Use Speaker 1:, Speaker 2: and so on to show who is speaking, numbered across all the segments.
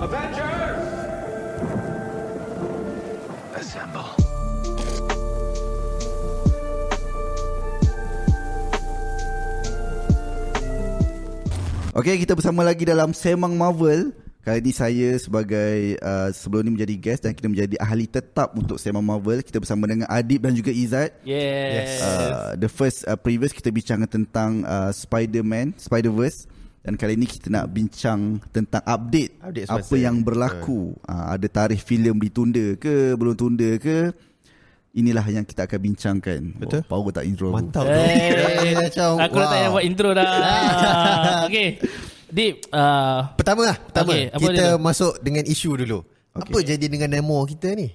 Speaker 1: Avengers! Assemble.
Speaker 2: Okey, kita bersama lagi dalam Semang Marvel. Kali ini saya sebagai uh, sebelum ni menjadi guest dan kita menjadi ahli tetap untuk Semang Marvel. Kita bersama dengan Adib dan juga Izzat.
Speaker 3: Yes.
Speaker 2: Uh, the first uh, previous kita bincang tentang uh, Spider-Man, Spider-Verse dan kali ini kita nak bincang tentang update,
Speaker 4: Update semasa.
Speaker 2: apa yang berlaku. Uh, ada tarikh filem ditunda ke, belum tunda ke? Inilah yang kita akan bincangkan.
Speaker 4: Betul.
Speaker 2: Oh, power tak intro. aku.
Speaker 4: Mantap
Speaker 3: Hey,
Speaker 4: Dia macam,
Speaker 3: aku dah tak payah
Speaker 4: eh, wow.
Speaker 3: buat intro dah. okay. Deep. Uh,
Speaker 4: Pertama lah Pertama
Speaker 3: Okey, apa
Speaker 4: Kita
Speaker 3: dia tu?
Speaker 4: masuk dengan isu dulu Apa jadi dengan Nemo kita ni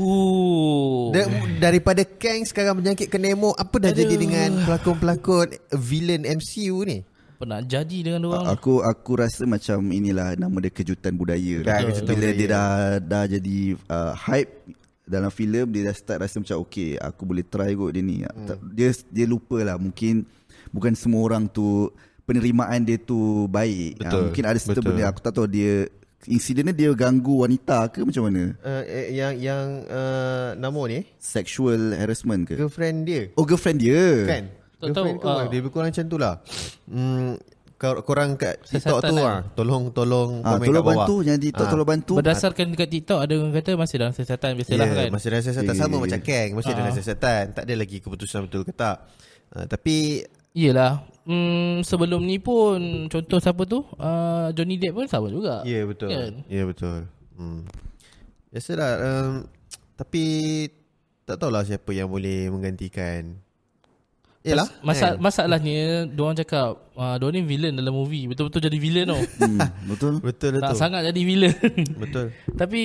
Speaker 3: ooh.
Speaker 4: Da- Daripada Kang sekarang menyangkit ke Nemo Apa dah jadi dengan pelakon-pelakon Villain MCU ni
Speaker 3: Apa nak jadi dengan orang?
Speaker 2: A-
Speaker 4: Ah,
Speaker 2: Aku aku rasa macam inilah nama dia kejutan budaya.
Speaker 4: Betul,
Speaker 2: Betul, Bila dia dah dah jadi uh, hype dalam filem dia dah start rasa macam okey aku boleh try kot dia ni. Hmm. Dia dia lupalah mungkin bukan semua orang tu penerimaan dia tu baik. Ah,
Speaker 4: Betul,
Speaker 2: mungkin ada certain
Speaker 4: betul.
Speaker 2: benda aku tak tahu dia insiden ni dia ganggu wanita ke macam mana?
Speaker 4: uh, Yang yang uh, Nemo ni
Speaker 2: Sexual harassment ke?
Speaker 4: Girlfriend dia
Speaker 2: Oh girlfriend dia.
Speaker 4: Kan
Speaker 3: Tak
Speaker 4: Girlfriend
Speaker 3: tahu,
Speaker 4: kau
Speaker 3: ah.
Speaker 4: Dia berkurang macam tu lah Hmm, kor- Korang kat
Speaker 3: Siasatan
Speaker 4: TikTok tu
Speaker 3: kan?
Speaker 4: lah Tolong Tolong
Speaker 2: Ah,
Speaker 4: komen
Speaker 2: tolong
Speaker 4: kat bawah.
Speaker 2: bantu jangan di
Speaker 4: Ah.
Speaker 2: tolong bantu.
Speaker 3: Berdasarkan dekat TikTok ada orang kata masih dalam siasatan biasalah
Speaker 4: yeah,
Speaker 3: kan.
Speaker 4: Masih dalam siasatan
Speaker 2: Ya,
Speaker 4: sama
Speaker 2: ya, ya.
Speaker 4: macam Kang Masih
Speaker 3: Ah.
Speaker 4: dalam siasatan Tak ada lagi keputusan betul ke tak uh, Tapi
Speaker 3: Yelah. Hmm, sebelum ni pun contoh siapa tu? Uh, Johnny Depp pun sama juga.
Speaker 4: Ya yeah, betul Ya
Speaker 3: Kan?
Speaker 4: yeah, betul hmm. Biasalah um, Tapi Tak tahulah siapa yang boleh menggantikan Yelah Eh.
Speaker 3: Masa, masalahnya diorang cakap uh, diorang ni villain dalam movie. Betul-betul jadi villain tau.
Speaker 2: Hmm, betul.
Speaker 4: Betul
Speaker 3: tak
Speaker 4: betul
Speaker 3: sangat jadi villain.
Speaker 4: Betul
Speaker 3: Tapi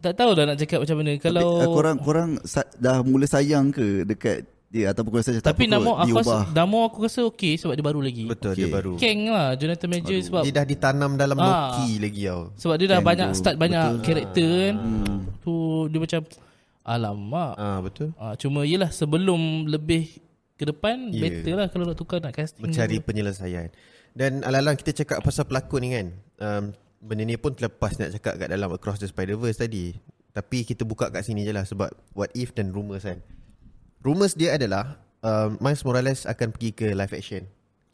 Speaker 3: tak tahulah nak cakap macam mana
Speaker 2: Tapi,
Speaker 3: kalau
Speaker 2: uh, korang korang sa- dah mula sayang ke dekat dia ataupun korang saja
Speaker 3: Tapi Namo aku rasa,
Speaker 2: diubah.
Speaker 3: Namo aku rasa okey sebab dia baru lagi.
Speaker 4: Betul
Speaker 2: Okey.
Speaker 4: dia baru
Speaker 3: Kang lah Jonathan Major Aduh. sebab
Speaker 4: Dia dah ditanam dalam
Speaker 3: Ah.
Speaker 4: Loki lagi tau
Speaker 3: sebab dia dah
Speaker 2: Kang
Speaker 3: banyak
Speaker 2: tu,
Speaker 3: start banyak karakter kan.
Speaker 4: Hmm.
Speaker 3: Tu dia macam alamak.
Speaker 4: Ah betul
Speaker 3: Ah, cuma yelah sebelum lebih ke depan
Speaker 4: Ya.
Speaker 3: better lah kalau nak tukar nak casting.
Speaker 4: mencari penyelesaian. Dan alang-alang kita cakap pasal pelakon ni kan. Um, benda ni pun terlepas nak cakap kat dalam Across the Spider-Verse tadi. Tapi kita buka kat sini je lah sebab what if dan rumours kan. Rumours dia adalah um, Miles Morales akan pergi ke live action.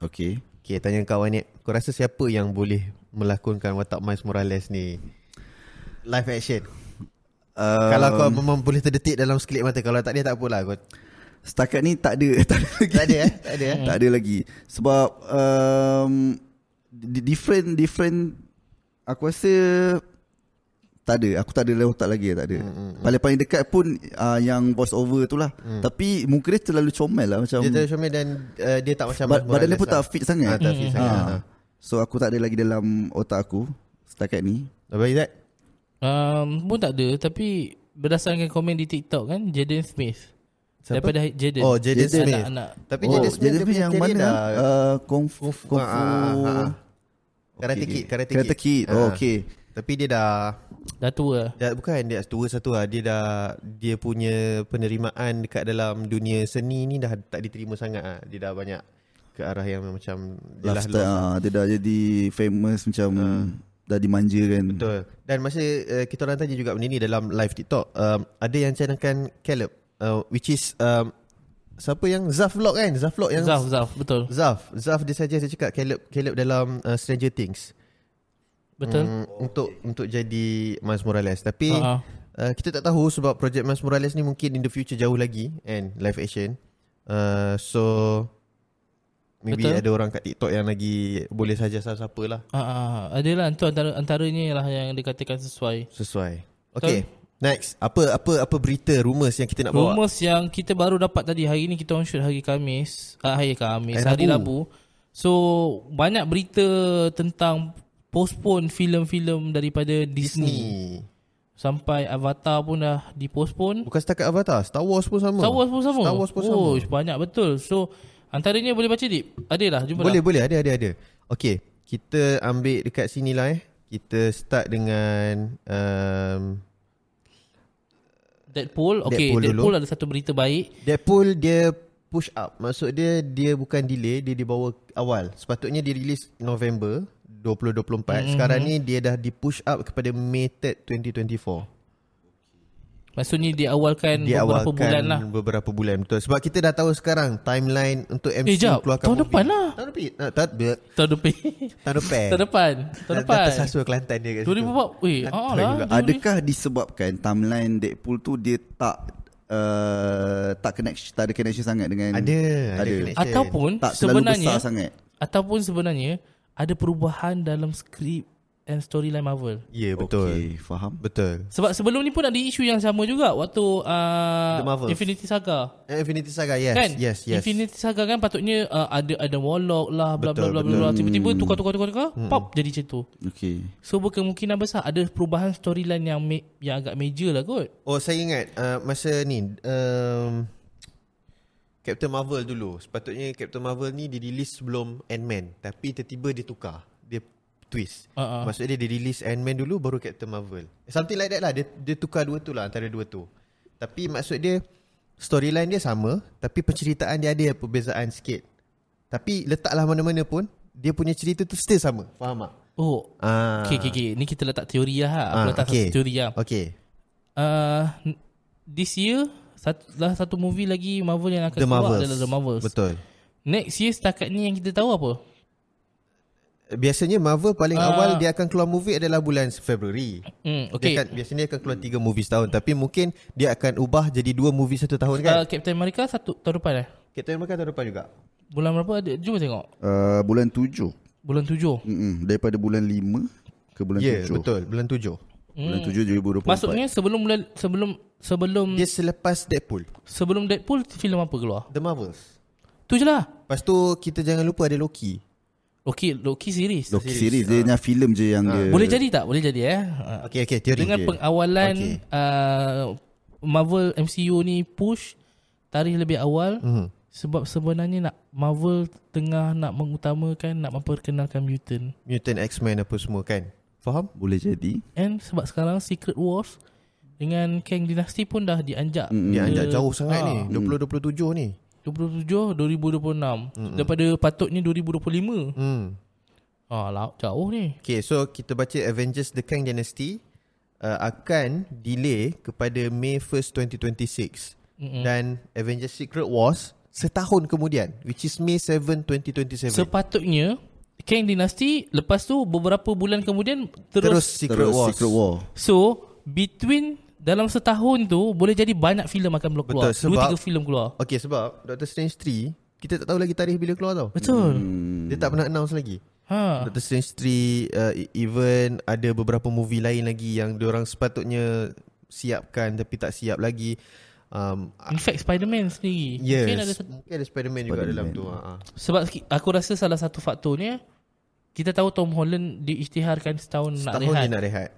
Speaker 2: Okey.
Speaker 4: Okay, tanya kawan ni. Kau rasa siapa yang boleh melakonkan watak Miles Morales ni? Live action. Um, kalau kau memang boleh terdetik dalam sekelip mata. Kalau tak ada tak apalah. Kau,
Speaker 2: Setakat ni tak ada tak ada lagi.
Speaker 4: tak ada eh? Tak ada eh?
Speaker 2: tak ada lagi. Sebab um, di- different different aku rasa tak ada. Aku tak ada dalam otak lagi tak ada.
Speaker 4: Hmm,
Speaker 2: Paling-paling dekat pun uh, yang voice over tu lah. Tapi muka dia terlalu comel lah macam
Speaker 4: Hmm. Dia terlalu comel dan uh, dia tak macam
Speaker 2: Ba- badan
Speaker 4: Miles
Speaker 2: dia
Speaker 4: Morales
Speaker 2: pun
Speaker 4: lah.
Speaker 2: tak fit sangat.
Speaker 4: Ah, tak
Speaker 3: Hmm.
Speaker 4: fit sangat, ah.
Speaker 2: So aku tak ada lagi dalam otak aku setakat ni.
Speaker 4: Abang Izzat
Speaker 3: Um, pun tak ada tapi berdasarkan komen di TikTok kan Jaden Smith.
Speaker 4: Siapa?
Speaker 3: Daripada Jaden.
Speaker 4: Oh
Speaker 2: Jaden.
Speaker 4: Jaden Smith
Speaker 3: Anak-anak.
Speaker 4: Tapi
Speaker 2: oh,
Speaker 4: Jaden Smith
Speaker 2: jadi
Speaker 4: dia punya Ah,
Speaker 2: yang
Speaker 4: career
Speaker 2: mana?
Speaker 4: dah,
Speaker 2: Uh, kung fu,
Speaker 4: Kung Fu-
Speaker 2: kung
Speaker 4: ah,
Speaker 2: fu.
Speaker 4: ah, ah, ah. Karate
Speaker 2: Okey.
Speaker 4: Kid Karate Kid
Speaker 2: Karate Kid. Oh,
Speaker 4: Ah.
Speaker 2: okey.
Speaker 4: Tapi dia dah,
Speaker 3: Dah tua.
Speaker 4: dah Bukan dia tua satu lah Dia dah Dia punya penerimaan Dekat dalam dunia seni ni Dah tak diterima sangat lah. Dia dah banyak Ke arah yang macam dia lah dah
Speaker 2: Lifestyle
Speaker 4: lost.
Speaker 2: ah, dia dah jadi famous macam dah dimanja kan.
Speaker 4: Betul Dan masa uh, Kita orang tanya juga benda ni Dalam live TikTok um, Ada yang cadangkan Caleb uh, Which is um, Siapa yang Zaf Vlog kan Zaf Vlog yang
Speaker 3: Zaf, Zaf, betul.
Speaker 4: Zaf Zaf dia saja dia cakap Caleb Caleb dalam uh, Stranger Things
Speaker 3: Betul.
Speaker 4: Mm, untuk untuk jadi Miles Morales tapi
Speaker 3: Ha, ha.
Speaker 4: uh-huh. uh, kita tak tahu sebab projek Miles Morales ni mungkin in the future jauh lagi and live action uh, so maybe
Speaker 3: Betul.
Speaker 4: Betul. ada orang kat TikTok yang lagi boleh saja siapa-siapa lah
Speaker 3: Ah, ah, ah. adalah tu antara antaranya lah yang dikatakan sesuai.
Speaker 4: sesuai okay next apa apa apa berita rumours yang kita nak bawa
Speaker 3: Rumours yang kita baru dapat tadi hari ni kita on shoot hari Khamis, ah, hari Khamis,
Speaker 4: Hari
Speaker 3: hari Rabu.
Speaker 4: Rabu.
Speaker 3: So banyak berita tentang postpone filem-filem daripada Disney. Disney.
Speaker 4: Disney
Speaker 3: Sampai Avatar pun dah dipostpone.
Speaker 4: bukan setakat Avatar Star Wars pun sama
Speaker 3: Star Wars pun sama.
Speaker 4: Star Wars pun
Speaker 3: oh,
Speaker 4: sama
Speaker 3: banyak betul. So antaranya boleh baca dip. Adalah jumpa lah.
Speaker 4: Boleh boleh ada ada ada. Okey, kita ambil dekat sini lah eh. Kita start dengan um,
Speaker 3: Deadpool. Okay,
Speaker 4: Deadpool
Speaker 3: Deadpool,
Speaker 4: dulu.
Speaker 3: ada satu berita baik.
Speaker 4: Deadpool dia push up. Maksud dia dia bukan delay, dia dibawa awal. Sepatutnya dirilis November
Speaker 3: Mhm.
Speaker 4: 2024. Mm. Sekarang ni dia dah di push up kepada May 3rd 2024.
Speaker 3: Maksudnya diawalkan Hmm,
Speaker 4: Dia
Speaker 3: beberapa
Speaker 4: awalkan
Speaker 3: bulan lah.
Speaker 4: beberapa bulan betul. Sebab kita dah tahu sekarang timeline untuk MC
Speaker 3: Eh, jap.
Speaker 4: keluarkan
Speaker 3: Tahun
Speaker 4: movie.
Speaker 3: depan lah.
Speaker 4: Tahun depan. Nah, tahun depan.
Speaker 3: Tahun depan.
Speaker 4: Tahun
Speaker 3: Tahun
Speaker 4: depan.
Speaker 3: depan. Tahun depan.
Speaker 4: Dah- Dah tersasul Kelantan dia kat situ.
Speaker 3: 2004. Weh, ah
Speaker 4: Kelantan
Speaker 3: lah.
Speaker 4: juga.
Speaker 3: Jom ni.
Speaker 2: Adakah disebabkan timeline Deadpool tu dia tak uh, tak connection tak ada connection sangat dengan
Speaker 4: Ada, ada
Speaker 2: ada.
Speaker 4: connection.
Speaker 3: Ataupun
Speaker 2: tak terlalu
Speaker 3: sebenarnya
Speaker 2: besar sangat.
Speaker 3: ataupun sebenarnya ada perubahan dalam skrip and storyline Marvel.
Speaker 4: Ya, betul.
Speaker 2: Okey, faham.
Speaker 4: Betul.
Speaker 3: Sebab sebelum ni pun ada isu yang sama juga waktu
Speaker 4: The
Speaker 3: uh,
Speaker 4: Marvels.
Speaker 3: Infinity Saga.
Speaker 4: Eh, Infinity Saga, yes.
Speaker 3: kan?
Speaker 4: Yes, yes.
Speaker 3: Infinity Saga kan patutnya uh, ada ada Warlock lah bla bla
Speaker 4: Betul, Hmm.
Speaker 3: bla bla bla. tiba-tiba tukar tukar tukar tukar pop jadi macam tu.
Speaker 2: Okey.
Speaker 3: So berkemungkinan besar ada perubahan storyline yang ma- yang agak major lah kot.
Speaker 4: Oh, saya ingat uh, masa ni um, Captain Marvel dulu. Sepatutnya Captain Marvel ni dia release sebelum Ant-Man, tapi tiba-tiba dia tukar. Dia twist.
Speaker 3: Ah, ah.
Speaker 4: Maksudnya dia release Ant-Man dulu baru Captain Marvel. Something like that lah. Dia dia tukar dua tu lah antara dua tu. Tapi maksud dia storyline dia sama, tapi penceritaan dia ada perbezaan sikit. Tapi letaklah mana-mana pun dia punya cerita tu still sama. Faham tak?
Speaker 3: Oh.
Speaker 4: Ah.
Speaker 3: Okay, okay, okay. Ni kita letak teori lah. Ha. Aku letak
Speaker 4: okay.
Speaker 3: satu teori lah.
Speaker 4: Okay.
Speaker 3: Uh, this year, satu, lah satu movie lagi Marvel yang akan
Speaker 4: The
Speaker 3: keluar
Speaker 4: Marvels.
Speaker 3: adalah The Marvels.
Speaker 4: Betul.
Speaker 3: Next year setakat ni yang kita tahu apa?
Speaker 4: Biasanya Marvel paling
Speaker 3: Ah.
Speaker 4: awal dia akan keluar movie adalah bulan Februari.
Speaker 3: Hmm, okay.
Speaker 4: Okay. Dia akan, biasanya dia akan keluar tiga movie setahun tapi mungkin dia akan ubah jadi dua movie satu tahun kan?
Speaker 3: Uh, Captain America satu tahun depan eh?
Speaker 4: Captain America tahun depan juga.
Speaker 3: Bulan berapa ada? Jom tengok.
Speaker 2: Uh, bulan tujuh
Speaker 3: Bulan tujuh.
Speaker 2: Mm-mm. Daripada bulan lima ke bulan
Speaker 4: Ya, yeah,
Speaker 2: tujuh
Speaker 4: betul. Bulan tujuh.
Speaker 2: Bulan tujuh 2024
Speaker 3: Hmm. Maksudnya sebelum bulan sebelum sebelum
Speaker 4: Dia selepas Deadpool,
Speaker 3: sebelum Deadpool filem apa keluar?
Speaker 4: The Marvels.
Speaker 3: Tu je lah.
Speaker 4: Lepas tu kita jangan lupa ada Loki.
Speaker 3: Loki Loki series.
Speaker 2: Loki series Dia hanya filem je yang
Speaker 4: Ah.
Speaker 2: dia
Speaker 3: Boleh jadi tak? Boleh jadi eh. Ah.
Speaker 4: Okay, okay, teori.
Speaker 3: Dengan
Speaker 4: okay.
Speaker 3: pengawalan
Speaker 4: Okey.
Speaker 3: uh, Marvel MCU ni push tarikh lebih awal
Speaker 4: Mhm.
Speaker 3: mm-hmm. sebab sebenarnya nak Marvel tengah nak mengutamakan nak memperkenalkan mutant.
Speaker 4: Mutant X-Men apa semua kan? Faham?
Speaker 2: Boleh jadi
Speaker 3: And sebab sekarang Secret Wars dengan Kang Dynasty pun dah dianjak mm.
Speaker 4: Dia anjak Ya, jauh sangat
Speaker 3: Ah.
Speaker 4: ni. 2027 ni.
Speaker 3: 27 2026 mm daripada patutnya 2025.
Speaker 4: Hmm.
Speaker 3: Ah lah, jauh ni.
Speaker 4: Okay, so kita baca Avengers The Kang Dynasty uh, akan delay kepada May 1st 2026 mm-hmm. dan Avengers Secret Wars setahun kemudian which is May 7 2027.
Speaker 3: Sepatutnya Kang Dynasty lepas tu beberapa bulan kemudian
Speaker 4: Terus
Speaker 3: terus, terus.
Speaker 4: Secret
Speaker 2: Terus
Speaker 4: Wars.
Speaker 2: Secret War
Speaker 3: so between dalam setahun tu boleh jadi banyak filem akan belum keluar.
Speaker 4: Betul, sebab-
Speaker 3: Dua tiga filem keluar.
Speaker 4: Okay, sebab Doctor Strange 3 kita tak tahu lagi tarikh bila keluar tau.
Speaker 3: Betul. Hmm.
Speaker 4: Dia tak pernah announce lagi.
Speaker 3: Ha.
Speaker 4: Doctor Strange 3 uh, e- even ada beberapa movie lain lagi yang diorang sepatutnya siapkan tapi tak siap lagi. Um,
Speaker 3: In fact Spider-Man sendiri.
Speaker 4: yes,
Speaker 3: Mungkin ada satu-
Speaker 4: mungkin ada Spider-Man, juga dalam tu. Ha.
Speaker 3: sebab ki- aku rasa salah satu faktornya kita tahu Tom Holland diisytiharkan setahun, nak
Speaker 4: Setahun
Speaker 3: rehat.
Speaker 4: dia nak rehat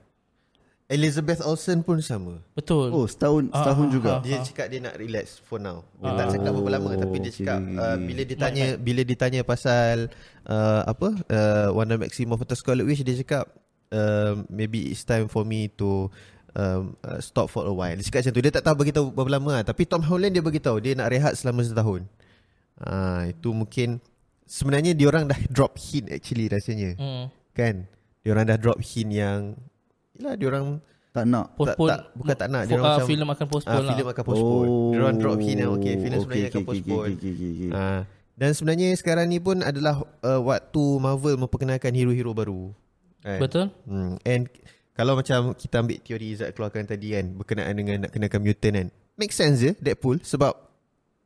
Speaker 4: Elizabeth Olsen pun sama
Speaker 3: Betul.
Speaker 2: Oh setahun Setahun juga
Speaker 4: Dia cakap dia nak relax for now Dia tak cakap berapa lama Tapi dia cakap uh, Bila ditanya Ah. Bila ditanya pasal uh, Apa uh, Wanda Maximoff atau Scarlet Witch Dia cakap um, Maybe it's time for me to um, uh, Stop for a while Dia cakap macam tu Dia tak tahu beritahu berapa lama lah. Tapi Tom Holland dia beritahu Dia nak rehat selama setahun uh, Itu mungkin Sebenarnya diorang dah drop hint actually rasanya
Speaker 3: Hmm.
Speaker 4: Kan Diorang dah drop hint yang Yelah diorang
Speaker 2: Tak nak
Speaker 3: Postpone.
Speaker 4: tak, tak, bukan tak nak
Speaker 3: Fo-
Speaker 4: dia
Speaker 3: ah,
Speaker 4: orang macam
Speaker 3: filem akan postpone
Speaker 4: ah,
Speaker 3: lah.
Speaker 4: filem akan postpone oh. dia orang drop hint yang okay filem okay, sebenarnya okay, akan postpone okay, okay,
Speaker 2: okay,
Speaker 4: okay.
Speaker 2: okay.
Speaker 4: Ah, dan sebenarnya sekarang ni pun adalah uh, waktu Marvel memperkenalkan hero-hero baru kan?
Speaker 3: Betul.
Speaker 4: hmm. and kalau macam kita ambil teori Izzat keluarkan tadi kan berkenaan dengan nak kenakan mutant kan make sense je Deadpool sebab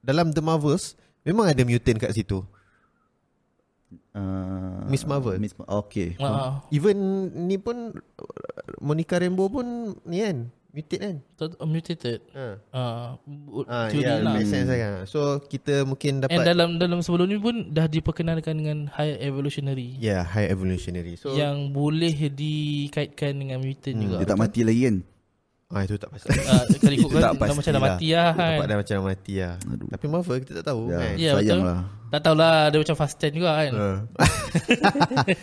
Speaker 4: dalam The Marvels memang ada mutant kat situ
Speaker 2: Ah,
Speaker 4: Miss Marvel.
Speaker 2: Miss Ma- Okay
Speaker 4: Hmm.
Speaker 3: Ha. ha.
Speaker 4: even ni pun Monica Rambeau pun ni kan mutant kan
Speaker 3: Tot- Mutated.
Speaker 4: ha.
Speaker 3: Ah,
Speaker 4: Ah,
Speaker 3: uh, teori yeah,
Speaker 4: ya,
Speaker 3: lah.
Speaker 4: make sense kan. So kita mungkin dapat
Speaker 3: And dalam dalam sebelum ni pun dah diperkenalkan dengan high evolutionary
Speaker 4: Yeah, Ya, high evolutionary. So yeah.
Speaker 3: yang boleh dikaitkan dengan
Speaker 4: Hmm,
Speaker 3: mutant juga.
Speaker 2: Dia tak mati lagi kan
Speaker 4: ah itu tak pasti.
Speaker 3: Ah, kalau ikut
Speaker 4: Itu
Speaker 3: kan dah
Speaker 4: tak pasti
Speaker 3: macam dah
Speaker 4: lah.
Speaker 3: mati lah kan.
Speaker 4: Nampak dah macam mati lah. Aduh. Tapi Marvel kita tak tahu
Speaker 2: Ya,
Speaker 4: yeah. kan.
Speaker 3: Ya,
Speaker 2: Sayang
Speaker 3: betul.
Speaker 2: lah.
Speaker 3: Tak tahulah dia macam fast ten juga kan.
Speaker 4: Uh,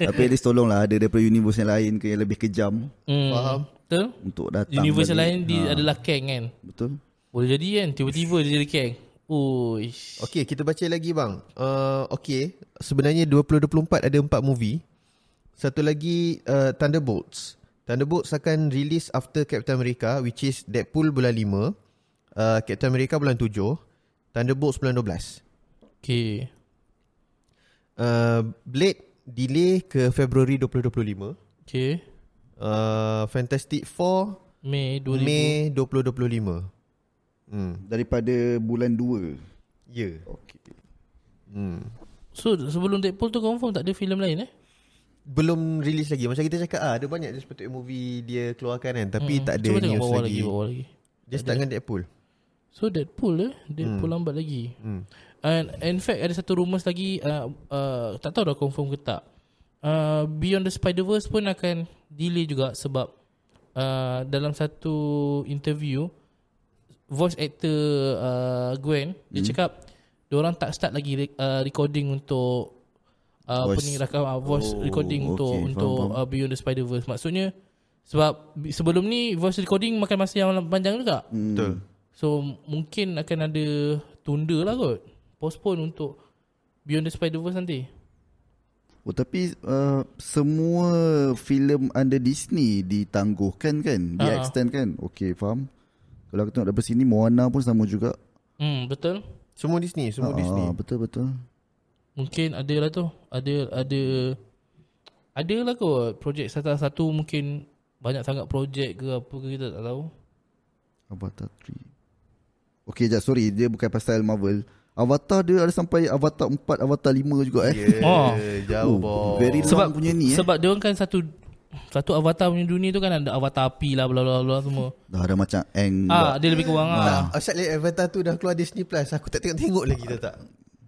Speaker 2: Tapi at least tolonglah Ada daripada universe yang lain ke Yang lebih kejam
Speaker 3: Hmm.
Speaker 4: Faham.
Speaker 3: Betul?
Speaker 2: Untuk datang
Speaker 3: Universe yang
Speaker 2: balik.
Speaker 3: lain
Speaker 4: Ha.
Speaker 3: dia adalah Kang kan.
Speaker 2: Betul
Speaker 3: Boleh jadi kan tiba-tiba dia jadi Kang. Ui.
Speaker 4: okay, kita baca lagi bang. Uh, okay, sebenarnya 2024 ada 4 movie. Satu lagi uh, Thunderbolts. Thunderbolts akan release after Captain America which is Deadpool bulan 5, uh, Captain America bulan 7, Thunderbolts bulan 12.
Speaker 3: Okay.
Speaker 4: Uh, Blade delay ke Februari 2025.
Speaker 3: Okay.
Speaker 4: Uh, Fantastic Four
Speaker 3: Mei 2000. Mei.
Speaker 4: Mei 2025. Hmm.
Speaker 2: Daripada bulan 2
Speaker 4: Ya. Yeah.
Speaker 2: okay.
Speaker 3: So sebelum Deadpool tu confirm tak ada filem lain eh?
Speaker 4: Belum release lagi. Macam kita cakap ah, ada banyak dia sepatutnya movie dia keluarkan kan tapi hmm. tak ada
Speaker 3: Cuba tengok
Speaker 4: news
Speaker 3: bawah lagi.
Speaker 4: lagi.
Speaker 3: bawah lagi.
Speaker 4: Dia start dengan Deadpool.
Speaker 3: So Deadpool eh, Deadpool hmm. lambat lagi. Hmm. And in fact ada satu rumours lagi uh, uh, tak tahu dah confirm ke tak. Uh, Beyond the Spider-Verse pun akan delay juga sebab uh, dalam satu interview voice actor uh, Gwen
Speaker 2: Hmm.
Speaker 3: dia cakap diorang tak start lagi re- uh, recording untuk uh, apa
Speaker 2: Voice.
Speaker 3: ni rakam uh, voice
Speaker 2: Oh,
Speaker 3: recording untuk
Speaker 2: okay.
Speaker 3: untuk
Speaker 2: Faham,
Speaker 3: uh, Beyond the Spider-Verse maksudnya sebab bi- sebelum ni voice recording makan masa yang panjang juga. Hmm.
Speaker 4: Betul.
Speaker 3: So m- mungkin akan ada tunda lah kot. Postpone untuk Beyond the Spider-Verse nanti.
Speaker 2: Oh tapi uh, semua filem under Disney ditangguhkan kan? Di
Speaker 3: Ha.
Speaker 2: extend kan? Okay faham. Kalau aku tengok daripada sini Moana pun sama juga.
Speaker 3: Hmm, betul.
Speaker 4: Semua Disney, semua
Speaker 2: Ah,
Speaker 4: Disney.
Speaker 2: betul betul.
Speaker 3: Mungkin ada lah tu. Ada ada ada lah kot projek satu-satu mungkin banyak sangat projek ke apa ke kita tak tahu.
Speaker 2: Avatar 3. Okay jap sorry dia bukan pasal Marvel. Avatar dia ada sampai Avatar 4, Avatar 5 juga eh.
Speaker 4: Yeah,
Speaker 3: Oh.
Speaker 4: jauh boh.
Speaker 2: very long
Speaker 3: Sebab
Speaker 2: punya ni eh.
Speaker 3: Sebab dia orang kan satu satu avatar punya dunia tu kan ada avatar api lah bla bla bla semua.
Speaker 2: Dah ada macam Aang.
Speaker 3: Ah, dia lebih kurang ah.
Speaker 4: Ah, Asyad Late Avatar tu dah keluar Disney Plus. Aku tak tengok-tengok lagi tau tak.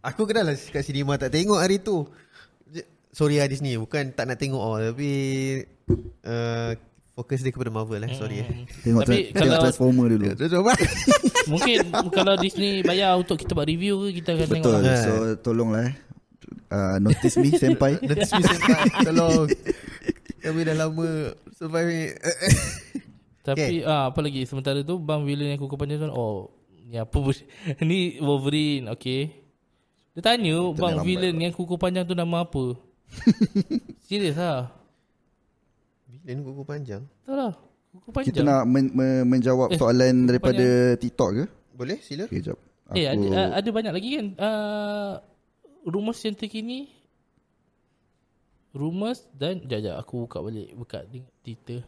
Speaker 4: Aku kenal lah kat cinema tak tengok hari tu. J- Sorry lah Disney. Bukan tak nak tengok oh, tapi uh, fokus dia kepada Marvel lah. Sorry. eh.
Speaker 2: Tengok,
Speaker 3: Tapi
Speaker 2: tra- tengok
Speaker 3: kalau-
Speaker 2: Transformer dulu.
Speaker 4: Terus apa?
Speaker 3: Mungkin kalau Disney bayar untuk kita buat review ke kita akan tengok.
Speaker 2: Betul.
Speaker 3: lah.
Speaker 4: lah.
Speaker 2: So tolonglah eh. Uh, notice me senpai.
Speaker 4: Nanti season tak. Tolong. Kami dah lama survive ni.
Speaker 3: Tapi okay. ah, apa lagi sementara tu Bang Villain yang aku kepanjang tu Oh ni apa bu- Ni Wolverine Okay Dia tanya
Speaker 2: lambat
Speaker 3: Bang Villain yang kuku panjang tu nama apa Serius lah
Speaker 4: Bila ni kuku panjang?
Speaker 3: Tahu lah Kuku panjang
Speaker 2: Kita nak men- men- menjawab eh, soalan daripada TikTok ke?
Speaker 4: Boleh? Sila.
Speaker 2: Okay jap. Aku,
Speaker 3: Eh ada, ah, ada banyak lagi kan uh, Rumus yang terkini Rumus dan Sekejap sekejap aku buka balik Buka tengok Twitter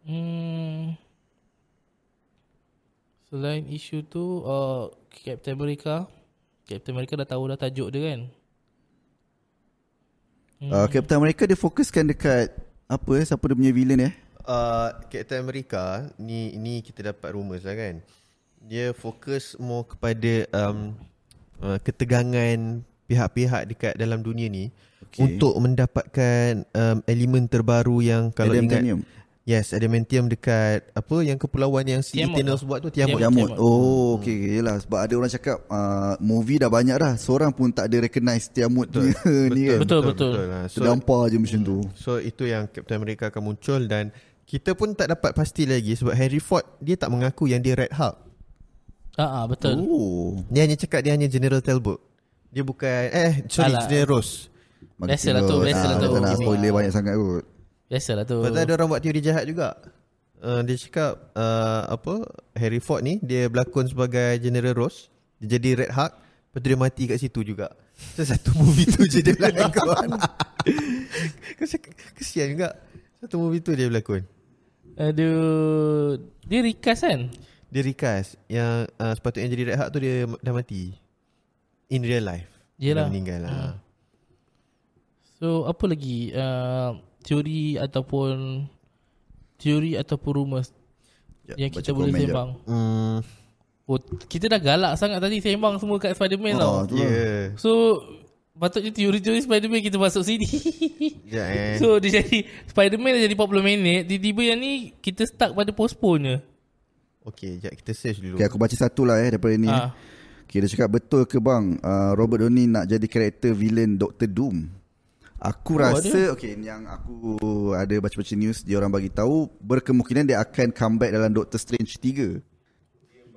Speaker 3: Hmm Selain isu tu uh, Captain America Captain America dah tahu dah tajuk dia kan
Speaker 2: Uh, Captain America dia fokuskan dekat apa eh siapa dia punya villain eh?
Speaker 4: uh, Captain America ni ni kita dapat rumours lah kan. Dia fokus more kepada um, uh, ketegangan pihak-pihak dekat dalam dunia ni okay.
Speaker 2: Okay.
Speaker 4: untuk mendapatkan um, elemen terbaru yang kalau
Speaker 2: Adamantium.
Speaker 4: ingat Yes, adamantium dekat apa yang kepulauan yang
Speaker 3: Tiamat
Speaker 4: si
Speaker 3: lah.
Speaker 4: Eternals buat tu Tiamat.
Speaker 3: Tiamat.
Speaker 2: Tiamut.
Speaker 3: Hmm.
Speaker 2: Oh, okey yalah sebab ada orang cakap uh, movie dah banyak dah. Seorang pun tak ada recognize Tiamut punya ni kan.
Speaker 3: Betul, Hmm. betul.
Speaker 4: lah. So,
Speaker 2: Terdampar je macam tu.
Speaker 4: So itu yang Captain America akan muncul dan kita pun tak dapat pasti lagi sebab Harry Ford dia tak mengaku yang dia Red Hulk.
Speaker 3: Ah ah, betul
Speaker 2: Oh.
Speaker 4: Dia hanya cakap dia hanya General Talbot. Dia bukan eh sorry
Speaker 3: Alah.
Speaker 4: Alah. General Rose.
Speaker 3: Biasalah tu, biasalah tu.
Speaker 2: Ah, Tak nak spoiler banyak sangat kot.
Speaker 3: Biasalah tu
Speaker 4: Lepas tu ada orang buat teori jahat juga. Uh, dia cakap uh, apa Harry Ford ni dia berlakon sebagai General Rose. Dia jadi Red Hulk. Lepas tu dia mati kat situ juga. So, satu movie tu je dia berlakon. Kes- Kesian juga. Satu movie tu dia berlakon.
Speaker 3: Aduh Dia recast kan
Speaker 4: Dia recast yang uh, sepatutnya jadi Red Hulk tu dia ma- dah mati. In real life.
Speaker 3: Yelah.
Speaker 4: Dia meninggal lah.
Speaker 3: So apa lagi uh, teori ataupun teori ataupun rumours
Speaker 2: Jap,
Speaker 3: yang
Speaker 2: baca
Speaker 3: kita boleh
Speaker 2: komen jap.
Speaker 3: sembang.
Speaker 4: Hmm.
Speaker 3: Oh, kita dah galak sangat tadi sembang semua kat Spiderman tau.
Speaker 2: Oh, tu
Speaker 4: Ya.
Speaker 2: lah.
Speaker 4: Yeah.
Speaker 3: So patutnya teori-teori Spiderman kita masuk sini.
Speaker 4: Sekejap eh.
Speaker 3: so dia jadi Spiderman dah jadi 40 minit, tiba-tiba yang ni kita stuck pada postpone je.
Speaker 4: Okay, sekejap kita search dulu.
Speaker 2: Okay, aku baca satu lah eh daripada ni.
Speaker 3: Ah.
Speaker 2: Ah. Okay, dia cakap betul ke bang uh, Robert Downey nak jadi karakter villain Doctor Doom? Aku oh, rasa ada. okay ni yang aku ada baca-baca news dia orang bagi tahu berkemungkinan dia akan comeback dalam Doctor Strange 3.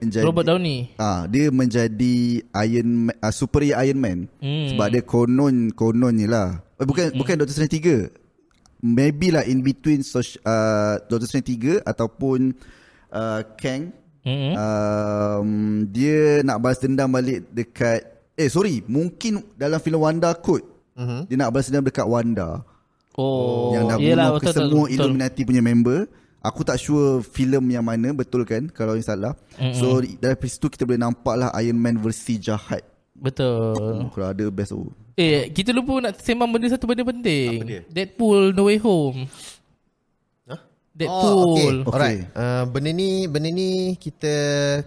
Speaker 2: Menjadi,
Speaker 3: Robert Downey.
Speaker 2: Ah, dia menjadi Iron Man, ah, Superior Iron Man.
Speaker 3: Hmm.
Speaker 2: Hmm. Sebab dia konon kononnya lah. Eh, bukan mm. bukan Doctor Strange 3. Maybe lah in between soci, uh, Doctor Strange 3 ataupun uh, Kang. Mm-hmm. Um, dia nak balas dendam balik dekat eh sorry, mungkin dalam filem Wanda kot. Mm-hmm. Dia nak balas dendam dekat Wanda.
Speaker 3: Oh,
Speaker 2: yang dah
Speaker 3: yelah,
Speaker 2: bunuh ke
Speaker 3: betul,
Speaker 2: semua
Speaker 3: betul, betul.
Speaker 2: Illuminati punya member. Aku tak sure filem yang mana betul kan kalau yang salah. Mm-hmm. So dari situ kita boleh nampak lah Iron Man versi jahat.
Speaker 3: Betul.
Speaker 2: Uh. Kalau ada best oh.
Speaker 3: Eh, kita lupa nak sembang benda satu benda penting.
Speaker 4: Apa dia? Oh,
Speaker 3: Deadpool No Way Home.
Speaker 4: Huh? Oh, okay.
Speaker 3: Deadpool.
Speaker 2: Oh.
Speaker 4: Alright. Uh, benda ni benda ni kita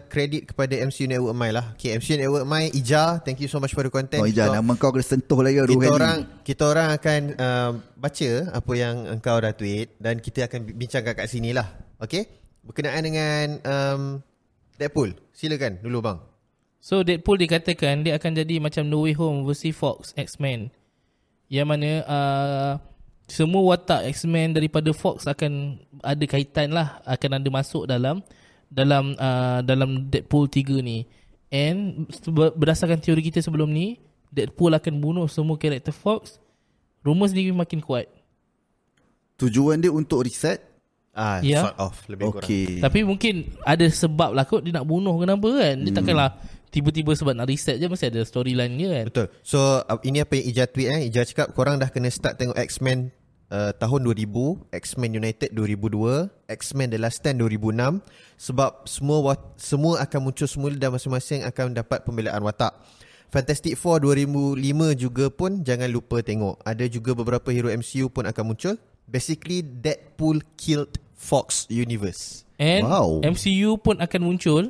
Speaker 4: credit kepada MCU Network My lah. Okay, MCU Network My Ija, thank you so much for the content.
Speaker 2: Oh Ijah,
Speaker 4: Kita-
Speaker 2: nama kau kena sentuh lagi dua
Speaker 4: kita
Speaker 2: kali.
Speaker 4: orang kita orang akan uh, baca apa yang engkau dah tweet dan kita akan bincangkan kat sini lah. Okay? Berkenaan dengan um, Deadpool. Silakan dulu bang.
Speaker 3: So Deadpool dikatakan dia akan jadi macam No Way Home versi Fox X-Men. Yang mana uh, semua watak X-Men daripada Fox akan ada kaitan lah akan ada masuk dalam dalam uh, dalam Deadpool 3 ni. And ber- berdasarkan teori kita sebelum ni, Deadpool akan bunuh semua karakter Fox. Rumour sendiri makin kuat.
Speaker 2: Tujuan dia untuk reset.
Speaker 4: Ah,
Speaker 3: Ya.
Speaker 4: sort of lebih kurang.
Speaker 2: Okey.
Speaker 3: Tapi mungkin ada sebab lah kot dia nak bunuh kenapa kan. Dia takkanlah tiba-tiba sebab nak reset je mesti ada storyline dia kan.
Speaker 4: Betul. So uh, ini apa yang Ija tweet eh. Ija cakap korang dah kena start tengok X-Men uh, tahun 2000, X-Men United 2002, X-Men The Last Stand 2006 sebab semua wat- semua akan muncul semula dan masing-masing akan dapat pembelaan watak. Fantastic Four 2005 juga pun jangan lupa tengok. Ada juga beberapa hero MCU pun akan muncul. Basically Deadpool killed Fox Universe.
Speaker 3: And
Speaker 2: Wow.
Speaker 3: wow. MCU pun akan muncul.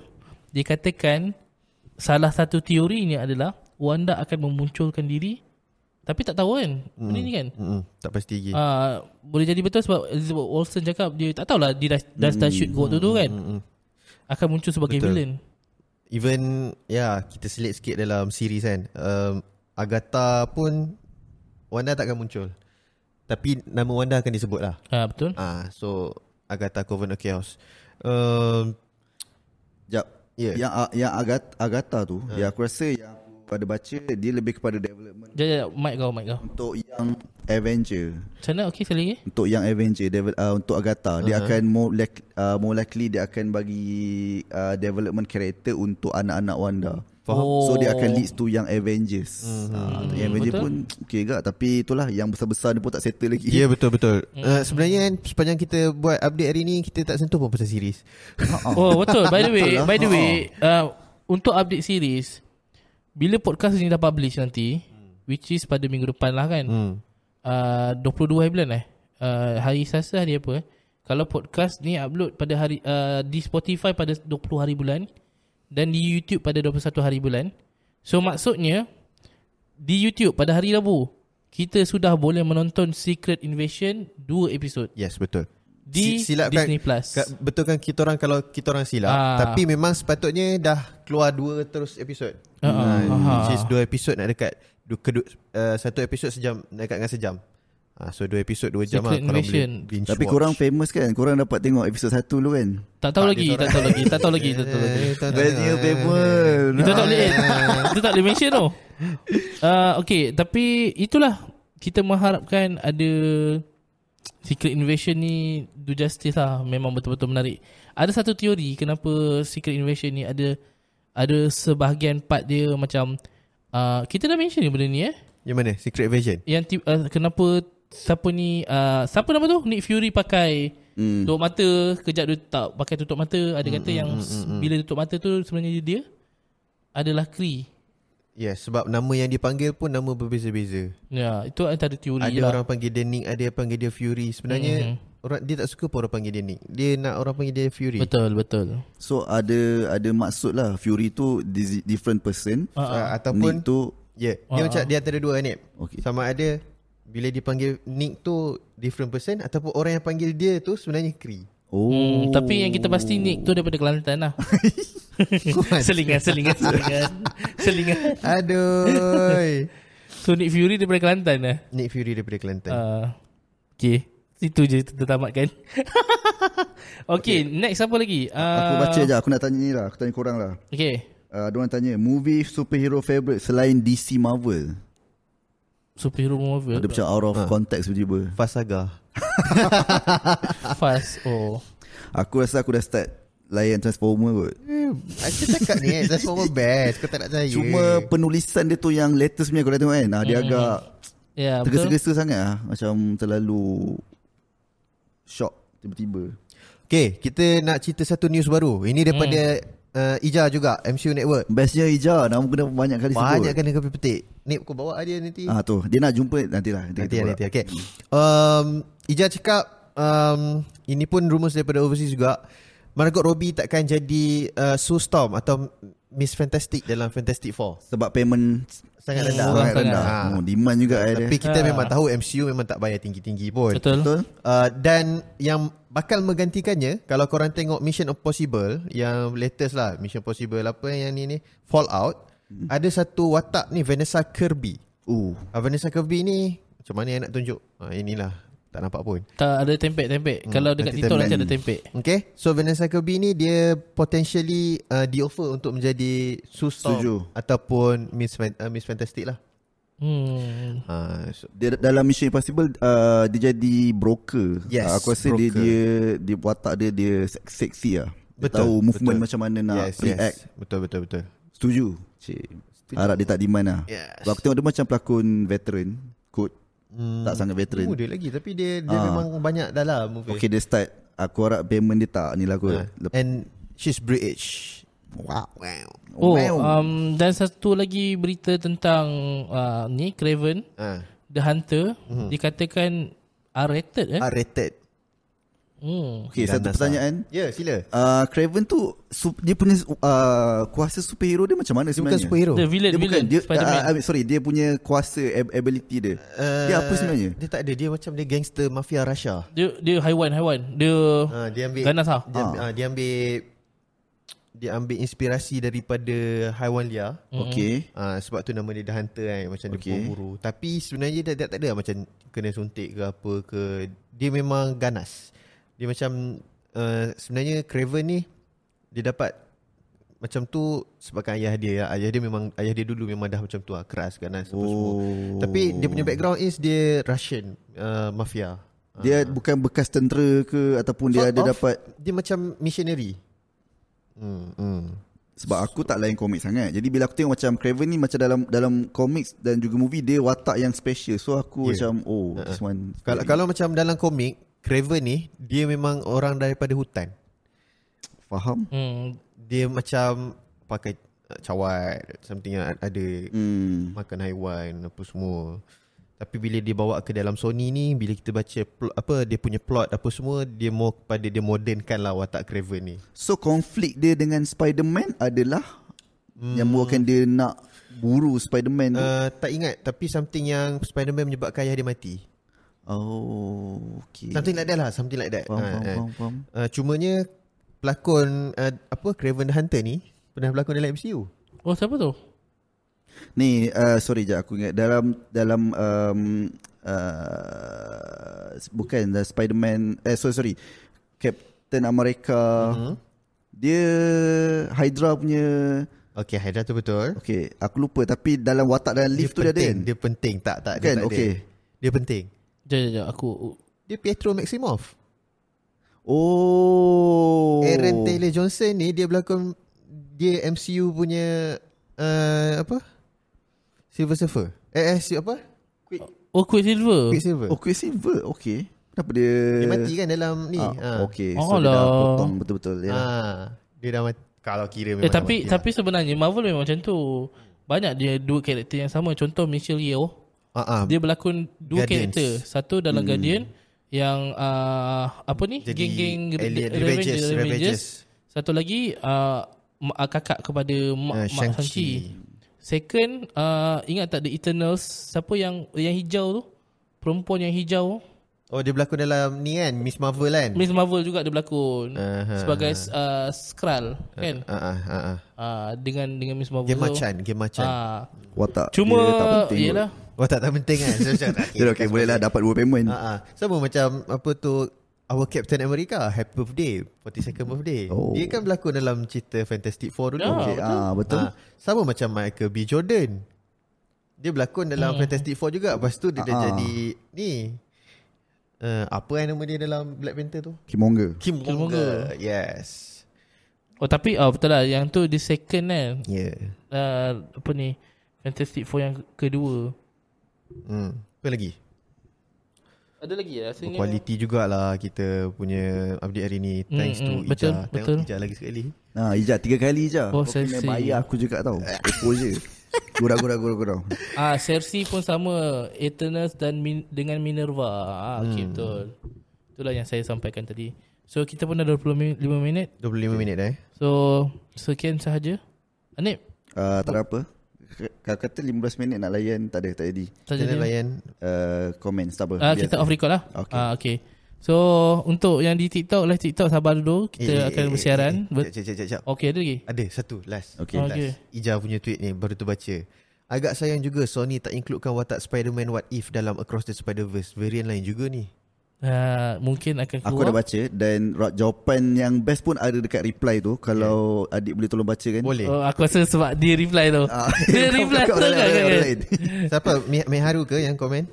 Speaker 3: Dikatakan salah satu teorinya adalah Wanda akan memunculkan diri tapi tak tahu kan. Benda ni kan.
Speaker 4: Mm-mm, tak pasti lagi.
Speaker 3: Ah, boleh jadi betul sebab Elizabeth Olsen cakap dia tak tahulah dia dah, dah start shoot kot tu, tu kan. Akan muncul sebagai
Speaker 4: Betul.
Speaker 3: villain.
Speaker 4: Even ya yeah, kita selit sikit dalam series kan. Um, Agatha pun Wanda takkan muncul. Tapi nama Wanda akan disebut lah.
Speaker 3: Ah betul.
Speaker 4: Ah, so Agatha Coven of Chaos. Um,
Speaker 2: Jap.
Speaker 4: Ya.
Speaker 2: Yang A- yang Agatha, Agatha tu, ha. yang aku rasa yang aku ada baca dia lebih kepada development
Speaker 3: Jap jap mic kau mic kau.
Speaker 2: untuk yang Avenger.
Speaker 3: Macam mana okey sekali lagi?
Speaker 2: Untuk yang Avenger devel- uh, untuk Agatha, uh-huh. dia akan more, like, uh, more likely dia akan bagi uh, development karakter untuk anak-anak Wanda.
Speaker 3: Faham.
Speaker 2: So dia akan
Speaker 3: Oh.
Speaker 2: leads to yang Avengers. Mm-hmm. Uh, yang Avengers
Speaker 3: Betul.
Speaker 2: pun okay gak tapi itulah yang besar-besar dia pun tak settle lagi.
Speaker 4: Ya yeah, betul betul.
Speaker 3: Hmm.
Speaker 4: Uh, sebenarnya kan sepanjang kita buat update hari ni kita tak sentuh pun pasal series. Ah.
Speaker 3: Oh betul By the way
Speaker 2: Betul lah.
Speaker 3: By the way uh, Untuk update series Bila podcast ni dah publish nanti Which is pada minggu depan lah kan hmm. uh, 22 hari bulan eh uh, Hari Selasa hari apa eh Kalau podcast ni upload pada hari uh, Di Spotify pada 20 hari bulan Dan di YouTube pada 21 hari bulan So maksudnya Di YouTube pada hari Rabu Kita sudah boleh menonton Secret Invasion 2 episod
Speaker 4: Yes betul.
Speaker 3: Di
Speaker 4: Si- silap
Speaker 3: Disney Plus.
Speaker 4: Kat, betul kan kita orang kalau kita orang silap
Speaker 3: Ah.
Speaker 4: ah. tapi memang sepatutnya dah keluar dua terus episod.
Speaker 3: Ah, ah, ah.
Speaker 4: Which is Hmm, dua episod nak dekat dua, kedua, uh, satu episod sejam nak dekat dengan sejam. Ah, so dua episod dua jam
Speaker 3: Secret
Speaker 4: lah korang boleh
Speaker 3: Invasion.
Speaker 4: binge
Speaker 2: Tapi
Speaker 4: watch.
Speaker 2: korang famous kan? Korang dapat tengok episod 1 dulu kan?
Speaker 3: Tak tahu
Speaker 4: Tak,
Speaker 3: lagi
Speaker 4: dia
Speaker 3: Tak tahu lagi Tak tahu lagi Tak tahu lagi
Speaker 4: Eh, tak tahu.
Speaker 2: Where's your famous?
Speaker 3: Itu tak boleh Itu tak boleh mention tu uh, Okay Tapi itulah Kita mengharapkan ada Secret Invasion ni Do justice lah Memang betul-betul menarik Ada satu teori Kenapa Secret Invasion ni ada Ada sebahagian part dia macam uh, Kita dah mention ni benda ni eh
Speaker 4: Yang mana? Secret Invasion.
Speaker 3: Yang ti- uh, Kenapa Siapa ni uh, Siapa nama tu Nick Fury pakai mm. Tutup mata Kejap dia tak pakai tutup mata Ada kata yang s- Bila tutup mata tu Sebenarnya dia Adalah Kree
Speaker 4: Yes, sebab nama yang dipanggil pun nama berbeza-beza.
Speaker 3: Ya, itu antara teori
Speaker 4: Ada
Speaker 3: lah.
Speaker 4: orang panggil dia Nick, ada yang panggil dia Fury. Sebenarnya
Speaker 3: Mhm.
Speaker 4: orang dia tak suka pun orang panggil dia Nick. Dia nak orang panggil dia Fury.
Speaker 3: Betul, betul.
Speaker 2: So ada ada maksud lah Fury tu dis- different person.
Speaker 4: Ah,
Speaker 2: Nick
Speaker 4: ataupun
Speaker 2: tu
Speaker 4: Ya, yeah. dia
Speaker 3: Ah,
Speaker 4: macam dia antara dua ni.
Speaker 2: Okey.
Speaker 4: Sama ada bila dipanggil Nick tu different person ataupun orang yang panggil dia tu sebenarnya Kree.
Speaker 2: oh
Speaker 3: Hmm, tapi yang kita pasti Nick tu daripada Kelantan lah. selingan, selingan, selingan. selingan.
Speaker 4: Aduh.
Speaker 3: So Nick Fury daripada Kelantan lah.
Speaker 4: Nick Fury daripada Kelantan.
Speaker 2: Ah.
Speaker 4: Uh,
Speaker 3: Uh, okay. Itu je kita tamatkan. okay, okay, next apa lagi? Ah, Uh,
Speaker 2: aku baca je aku nak tanya ni lah, aku tanya korang lah.
Speaker 3: Okay.
Speaker 2: Uh, ada orang tanya movie superhero favorite selain DC Marvel.
Speaker 3: superhero Marvel
Speaker 2: Dia macam out of
Speaker 4: Ah.
Speaker 2: context tiba-tiba
Speaker 4: Fasaga
Speaker 3: fast oh
Speaker 2: Aku rasa aku dah start Layan Transformer kot
Speaker 4: Aku cakap ni eh Transformer best Kau tak nak saya
Speaker 2: Cuma penulisan dia tu yang latest punya Kau dah tengok kan ah,
Speaker 4: Hmm.
Speaker 2: Dia agak
Speaker 3: ya yeah, betul
Speaker 2: tergesa-gesa sangat lah Macam terlalu Shock tiba-tiba
Speaker 4: Okay Kita nak cerita satu news baru Ini daripada
Speaker 2: Hmm.
Speaker 4: uh, Ija juga MCU Network
Speaker 2: Bestnya Ija Nama kena banyak kali sebut
Speaker 4: Banyak kan kau petik Ni kau bawa dia nanti
Speaker 2: Ah tu dia nak jumpa nantilah kita
Speaker 4: Nanti
Speaker 2: jumpa
Speaker 4: nanti
Speaker 2: lah.
Speaker 4: okay. Um, Ija cakap um, Ini pun rumus daripada overseas juga Margot Robbie takkan jadi uh, Sue Storm Atau Miss Fantastic dalam Fantastic Four
Speaker 2: sebab payment
Speaker 4: Sangat Eh, rendah
Speaker 2: Hmm, sangat
Speaker 3: sangat.
Speaker 2: rendah.
Speaker 4: Ah.
Speaker 2: Oh, demand juga eh dia.
Speaker 4: Tapi kita
Speaker 3: Ha.
Speaker 4: memang tahu MCU memang tak bayar tinggi-tinggi pun
Speaker 3: betul
Speaker 2: Betul?
Speaker 4: Uh, dan yang bakal menggantikannya kalau korang tengok Mission Impossible yang latest lah Mission Impossible apa yang ni ni Fallout hmm. ada satu watak ni Vanessa Kirby.
Speaker 2: Oh,
Speaker 4: Uh, Vanessa Kirby ni macam mana yang nak tunjuk? Uh, inilah tak nampak pun.
Speaker 3: tak ada tempek-tempek
Speaker 2: Hmm,
Speaker 3: kalau dekat
Speaker 4: nanti
Speaker 3: TikTok
Speaker 4: tempek.
Speaker 3: nanti ada tempek
Speaker 4: Okay So Vanessa Kirby ni Dia potentially uh, Di offer untuk menjadi Sue Storm
Speaker 2: Setuju.
Speaker 4: Ataupun Miss, Fan- uh, Miss Fantastic lah
Speaker 3: hmm
Speaker 4: uh, so,
Speaker 2: dia dalam Mission Impossible uh, dia jadi broker.
Speaker 4: Yes,
Speaker 2: Ah, aku rasa dia
Speaker 4: broker.
Speaker 2: dia dia watak dia dia sek- seksi lah. Dia
Speaker 4: Betul,
Speaker 2: tahu movement
Speaker 4: betul.
Speaker 2: macam mana nak
Speaker 4: yes,
Speaker 2: react.
Speaker 4: yes. Betul betul betul
Speaker 2: Setuju. Cik. Harap dia tak demand lah.
Speaker 4: Yes.
Speaker 2: Sebab aku tengok dia macam pelakon veteran. Kot. Tak sangat veteran.
Speaker 4: Muda lagi Tapi Hmm. dia dia
Speaker 2: Ah.
Speaker 4: memang banyak dah lah movie
Speaker 2: Okay dia start. Aku harap payment dia tak ni lah kot.
Speaker 4: Ah.
Speaker 2: Lep-
Speaker 4: And she's British. Wow. Wow.
Speaker 3: oh um, dan satu lagi berita tentang uh, ni Craven
Speaker 4: Ah,
Speaker 3: The Hunter
Speaker 2: Hmm.
Speaker 3: dikatakan R-rated eh
Speaker 4: R-rated.
Speaker 3: hmm
Speaker 2: okay satu
Speaker 4: ganas
Speaker 2: pertanyaan.
Speaker 4: Ya, yeah, sila.
Speaker 2: Uh, Craven tu sup- dia punya uh, kuasa superhero dia macam mana
Speaker 4: Dia bukan
Speaker 2: sebenarnya?
Speaker 4: superhero.
Speaker 3: the villain
Speaker 2: Dia bukan
Speaker 3: villain
Speaker 2: dia,
Speaker 3: Spider-Man
Speaker 2: uh, sorry dia punya kuasa ab- ability dia. Uh, dia apa sebenarnya?
Speaker 4: Dia tak ada. Dia macam dia gangster mafia Russia.
Speaker 3: dia dia haiwan haiwan dia
Speaker 2: Uh.
Speaker 4: Ah, dia ambil
Speaker 3: ganas ah
Speaker 4: Dia, ah. dia ambil dia ambil inspirasi daripada haiwan liar.
Speaker 3: Mm-hmm.
Speaker 2: Okay.
Speaker 4: Ah, sebab tu nama dia The Hunter kan Macam okay. dia
Speaker 2: Okey.
Speaker 4: pemburu Tapi sebenarnya dia tak, tak ada lah Macam kena suntik ke apa ke Dia memang ganas Dia macam uh, Sebenarnya Craven ni Dia dapat Macam tu Sebabkan ayah dia lah. Ayah dia memang Ayah dia dulu memang dah macam tu lah Keras ganas oh. semua
Speaker 2: Oh.
Speaker 4: Tapi dia punya background is Dia Russian uh, Mafia
Speaker 2: Dia bukan bekas tentera ke ataupun dia
Speaker 4: Sort
Speaker 2: ada
Speaker 4: of,
Speaker 2: dapat
Speaker 4: Dia macam missionary Hmm, hmm.
Speaker 2: sebab aku tak lain komik sangat. Jadi bila aku tengok macam Craven ni macam dalam dalam komik dan juga movie dia watak yang special. So aku yeah. macam oh uh-huh. this one.
Speaker 4: Uh-uh. Kalau kalau macam dalam komik Craven ni Dia memang orang daripada hutan
Speaker 2: faham.
Speaker 3: hmm
Speaker 4: dia macam pakai uh, cawat something yang ada
Speaker 2: Hmm.
Speaker 4: makan haiwan apa semua tapi bila dia bawa ke dalam Sony ni bila kita baca pl- apa dia punya plot apa semua dia more kepada dia modernkan lah watak Craven ni
Speaker 2: So konflik dia dengan Spider-Man adalah hmm. yang buatkan dia nak buru Spider-Man tu.
Speaker 4: uh, tak ingat tapi something yang Spider-Man menyebabkan ayah dia mati
Speaker 2: Oh, okay.
Speaker 4: something like that lah something like that
Speaker 2: Faham,
Speaker 4: Ah,
Speaker 2: faham,
Speaker 4: ah.
Speaker 2: faham, faham.
Speaker 4: Uh, cumanya pelakon uh, apa Craven the Hunter ni pernah berlakon dalam MCU
Speaker 3: oh siapa tu
Speaker 2: Ni uh, sorry je aku ingat dalam dalam um, uh, bukan uh, Spider-Man eh sorry sorry Captain America
Speaker 4: Mhm.
Speaker 2: mm-hmm. dia Hydra punya
Speaker 4: Okay Hydra tu betul
Speaker 2: okey aku lupa tapi dalam watak dan lift tu dia ada
Speaker 4: penting,
Speaker 2: kan
Speaker 4: dia penting tak tak dia
Speaker 2: Kan?
Speaker 4: tak ada.
Speaker 2: Okey.
Speaker 4: dia penting
Speaker 3: jap jap, jap aku
Speaker 4: dia Pietro Maximoff
Speaker 2: oh
Speaker 4: Aaron Taylor Johnson ni dia berlakon dia MCU punya uh, apa? Silver Surfer. Eh, eh si- apa? Quick
Speaker 3: oh Quicksilver
Speaker 4: Quick Silver.
Speaker 2: oh Quicksilver okey kenapa dia
Speaker 4: Dia mati kan dalam ni.
Speaker 2: ah,
Speaker 4: ha.
Speaker 2: okey so
Speaker 3: Oh
Speaker 2: dia dah
Speaker 3: lah.
Speaker 2: potong betul-betul ya
Speaker 4: Ha. Dia dah mati. Kalau kira memang
Speaker 3: Eh
Speaker 4: dah
Speaker 3: tapi
Speaker 4: mati
Speaker 3: tapi sebenarnya Marvel memang macam tu. Banyak dia dua karakter yang sama. Contoh Michelle Yeoh,
Speaker 4: lah. ha.
Speaker 3: dia berlakon dua
Speaker 4: Guardians. Hmm.
Speaker 3: karakter. Satu dalam Guardian yang uh, apa ni?
Speaker 4: Jadi
Speaker 3: Geng-geng Re-
Speaker 4: alien,
Speaker 3: Re-
Speaker 4: Revengers,
Speaker 3: Revengers.
Speaker 4: Revengers.
Speaker 3: Satu lagi uh, ma- uh, kakak kepada Mak,
Speaker 4: Ah,
Speaker 3: uh, Mak
Speaker 4: Shang-Chi.
Speaker 3: Shang-Chi. Second, uh, ingat tak The Eternals? Siapa yang yang hijau tu? Perempuan yang hijau.
Speaker 4: Oh dia berlakon dalam ni kan Miss Marvel kan.
Speaker 3: Miss Marvel juga dia berlakon
Speaker 4: Aha.
Speaker 3: sebagai uh, Skrull kan?
Speaker 4: Ha ah ha ah.
Speaker 3: Uh, dengan dengan Miss Marvel.
Speaker 4: Game
Speaker 3: tu.
Speaker 4: macan, game macan.
Speaker 3: Ah.
Speaker 2: watak
Speaker 3: Cuma
Speaker 2: dia tak penting kot.
Speaker 3: Yelah
Speaker 4: Wah tak tak penting kan. So, macam,
Speaker 2: dia dah okey boleh lah dapat dua payment
Speaker 4: Ha ah. Sama macam apa tu Our Captain America Happy birthday 42nd birthday
Speaker 2: Oh.
Speaker 4: Dia kan berlakon dalam cerita Fantastic Four dulu
Speaker 3: Ya.
Speaker 2: okey ah betul
Speaker 4: Ah, sama macam Michael B. Jordan Dia berlakon dalam hmm. Fantastic Four juga. Lepas tu dia dah
Speaker 2: Ah.
Speaker 4: jadi ni. Uh, apa yang nama dia dalam Black Panther tu?
Speaker 2: Killmonger.
Speaker 4: Killmonger. Yes.
Speaker 3: Oh tapi oh, betul lah yang tu the second kan.
Speaker 4: Yeah.
Speaker 3: Uh, apa ni? Fantastic Four yang kedua.
Speaker 4: Hmm. Apa lagi?
Speaker 3: Ada lagi lah rasanya.
Speaker 4: Quality jugalah kita punya update hari ni thanks
Speaker 3: Mm,
Speaker 4: to
Speaker 3: mm, betul,
Speaker 4: Ija. Tengok
Speaker 3: betul.
Speaker 4: Ija lagi sekali.
Speaker 2: Ha, Ijat tiga kali je. Kau
Speaker 3: Oh,
Speaker 2: kena
Speaker 3: selfie.
Speaker 2: bayar aku juga tau. Aku je. Gurau-gurau-gurau.
Speaker 3: Ah, Cersei pun sama Eternus dan Min- dengan Minerva. Ah,
Speaker 2: Hmm.
Speaker 3: okay, betul. Itulah yang saya sampaikan tadi. So kita pun dah 25 minit.
Speaker 4: 25 minit dah eh.
Speaker 3: So sekian sahaja. Anip,
Speaker 2: Uh, tak ada apa. K- Kau kata 15 minit nak layan. Tak ada, tak jadi.
Speaker 3: tak
Speaker 4: Kita
Speaker 3: jadi.
Speaker 4: layan
Speaker 2: Uh, comment, tak apa.
Speaker 3: Ah,
Speaker 2: Biar
Speaker 3: kita
Speaker 2: tak-
Speaker 3: off record lah.
Speaker 2: Okay.
Speaker 3: Ah, okay. So untuk yang di TikTok, live TikTok sabar dulu.
Speaker 4: Eh,
Speaker 2: Eh,
Speaker 3: Kita akan bersiaran.
Speaker 4: Cek
Speaker 3: Ber-
Speaker 4: cek cek cek.
Speaker 3: okay, ada lagi.
Speaker 4: Ada satu last.
Speaker 2: Okay.
Speaker 4: Last.
Speaker 3: Okay.
Speaker 4: Ija punya tweet ni baru terbaca. Agak sayang juga Sony tak includekan watak Spider-Man What If dalam Across the Spider-Verse. Variant lain juga ni.
Speaker 3: Ah, mungkin akan keluar.
Speaker 2: Aku dah baca dan ra- jawapan yang best pun ada dekat reply tu kalau yeah. adik boleh tolong baca kan.
Speaker 4: Boleh.
Speaker 3: Oh, aku rasa sebab dia reply tu.
Speaker 2: Ah,
Speaker 3: Dia
Speaker 2: kau-
Speaker 3: reply
Speaker 2: kau
Speaker 3: tu
Speaker 2: orang
Speaker 3: kan.
Speaker 2: lain, orang
Speaker 3: kan?
Speaker 2: lain.
Speaker 4: Siapa Mi- Meharu ke yang komen?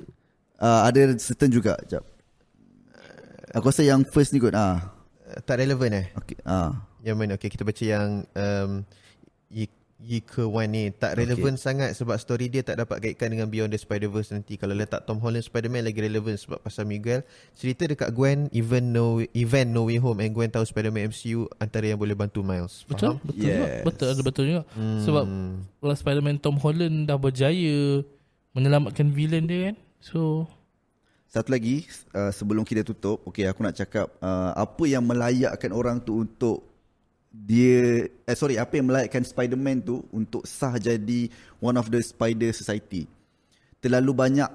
Speaker 2: Ah, ada certain juga. Jap. Aku rasa yang first ni kot. Ah.
Speaker 4: Uh, tak relevan eh.
Speaker 2: Okay. Ah.
Speaker 4: Yang mana? Okay, kita baca yang um, Ye- Yika Wan ni tak relevan okay. sangat sebab story dia tak dapat kaitkan dengan Beyond the Spider-Verse nanti. Kalau letak Tom Holland Spider-Man lagi relevan sebab pasal Miguel. Cerita dekat Gwen, even no event No Way Home and Gwen tahu Spider-Man MCU antara yang boleh bantu Miles.
Speaker 3: Betul,
Speaker 4: Faham?
Speaker 3: betul juga.
Speaker 2: Yes.
Speaker 3: Betul, ada betul juga. Hmm. Sebab kalau Spider-Man Tom Holland dah berjaya menyelamatkan villain dia kan. So,
Speaker 2: Satu lagi uh, sebelum kita tutup, okey aku nak cakap uh, apa yang melayakkan orang tu untuk dia eh sorry apa yang melayakkan Spider-Man tu untuk sah jadi one of the Spider Society. Terlalu banyak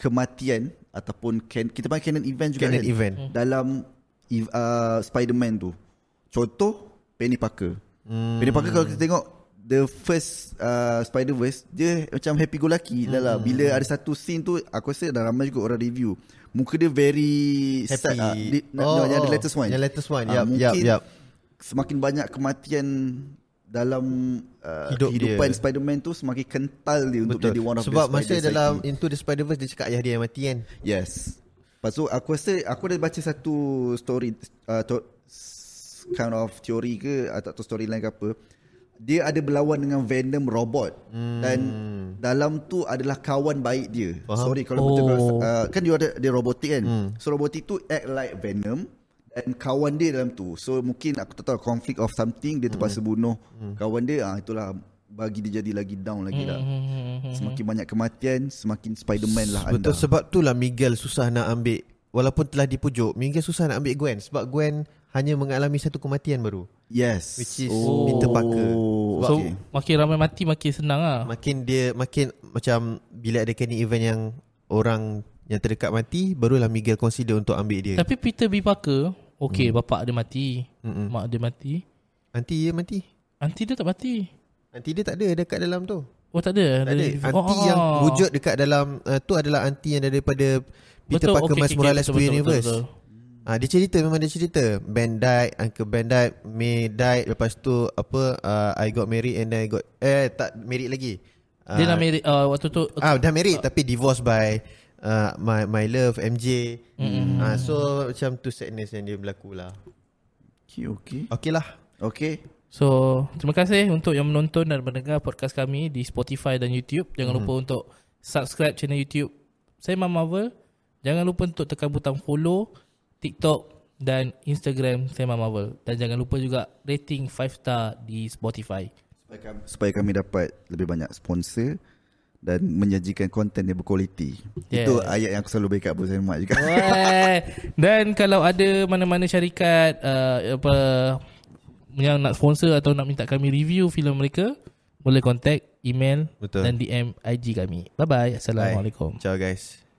Speaker 2: kematian ataupun can, kita panggil canon event juga
Speaker 4: Canon
Speaker 2: kan
Speaker 4: event.
Speaker 2: dalam ev- uh, Spider-Man tu. Contoh Penny Parker. Hmm. Penny Parker kalau kita tengok the first uh, Spider-Verse dia macam happy go lucky hmm. lah. Bila ada satu scene tu aku rasa dah ramai juga orang review. Muka dia very
Speaker 4: Happy.
Speaker 2: sad lah. Di, oh, no,
Speaker 4: Oh,
Speaker 2: yang the
Speaker 4: oh.
Speaker 2: latest one.
Speaker 4: Yang latest one.
Speaker 2: Ah,
Speaker 4: Yup,
Speaker 2: mungkin
Speaker 4: yup, yup.
Speaker 2: Semakin banyak kematian dalam uh,
Speaker 4: Hidup
Speaker 2: Hidup kehidupan
Speaker 4: dia.
Speaker 2: dia. Spider-Man tu semakin kental dia untuk
Speaker 4: Betul.
Speaker 2: jadi one of
Speaker 4: sebab
Speaker 2: the
Speaker 4: masa
Speaker 2: Spider
Speaker 4: dalam
Speaker 2: Society.
Speaker 4: Into the Spider-Verse dia cakap ayah dia yang mati kan.
Speaker 2: Yes. Lepas tu aku rasa aku ada baca satu story uh, to, s- kind of teori ke atau atau storyline ke apa. Dia ada berlawan dengan Venom robot hmm. dan dalam tu adalah kawan baik dia. Faham? Sorry kalau betul
Speaker 3: Oh.
Speaker 2: uh, kan dia ada dia robotik kan. Hmm. So robotik tu act like Venom dan kawan dia dalam tu. So mungkin aku tak tahu conflict of something dia terpaksa bunuh kawan dia ah itulah bagi dia jadi lagi down lagi lah. Semakin banyak kematian semakin Spider-Man lah anda.
Speaker 4: Betul sebab tu lah Miguel susah nak ambil walaupun telah dipujuk, Miguel susah nak ambil Gwen sebab Gwen hanya mengalami satu kematian baru.
Speaker 2: Yes.
Speaker 4: Which is Peter Parker.
Speaker 2: Oh,
Speaker 3: so
Speaker 2: okay.
Speaker 3: makin ramai mati makin senang lah.
Speaker 4: Makin dia makin macam bila ada kena event yang orang yang terdekat mati barulah Miguel consider untuk ambil dia.
Speaker 3: Tapi Peter B. Parker,
Speaker 4: Hmm.
Speaker 3: okay bapak dia mati, mak dia mati.
Speaker 4: Nanti dia mati.
Speaker 3: Aunty dia tak mati.
Speaker 4: Nanti dia tak ada dekat dalam tu.
Speaker 3: Oh tak ada. Oh. Ah.
Speaker 4: Tak ada. Anti yang wujud dekat dalam uh, tu adalah anti yang daripada Peter
Speaker 3: Betul,
Speaker 4: Parker
Speaker 3: okey,
Speaker 4: Miles
Speaker 3: okey,
Speaker 4: Morales
Speaker 3: betul,
Speaker 4: punya
Speaker 3: betul,
Speaker 4: universe.
Speaker 3: betul,
Speaker 4: Ah dia cerita memang dia cerita. Ben died, Uncle Ben died, May died, lepas tu apa uh, I got married and then I got eh tak married lagi. Ah,
Speaker 3: Dia dah married uh, waktu tu.
Speaker 4: Ah dah married tapi divorced by uh, my my love MJ. Mm. Ah so macam tu sadness yang dia berlaku lah.
Speaker 2: Okay, okay.
Speaker 4: Okey lah.
Speaker 2: Okay.
Speaker 3: So terima kasih untuk yang menonton dan mendengar podcast kami di Spotify dan YouTube. Jangan lupa untuk subscribe channel YouTube. Saya Mam Marvel. Jangan lupa untuk tekan butang follow TikTok dan Instagram saya Mam Marvel. Dan jangan lupa juga rating 5 star di Spotify.
Speaker 2: Supaya kami, supaya kami dapat lebih banyak sponsor dan menyajikan konten yang berkualiti.
Speaker 3: Yes.
Speaker 2: Itu ayat yang aku selalu backup Abdul Samad juga.
Speaker 3: Wah. Dan kalau ada mana-mana syarikat uh, apa yang nak sponsor atau nak minta kami review filem mereka, boleh contact email
Speaker 4: Betul.
Speaker 3: dan DM IG kami. Bye bye. Assalamualaikum.
Speaker 4: Ciao guys.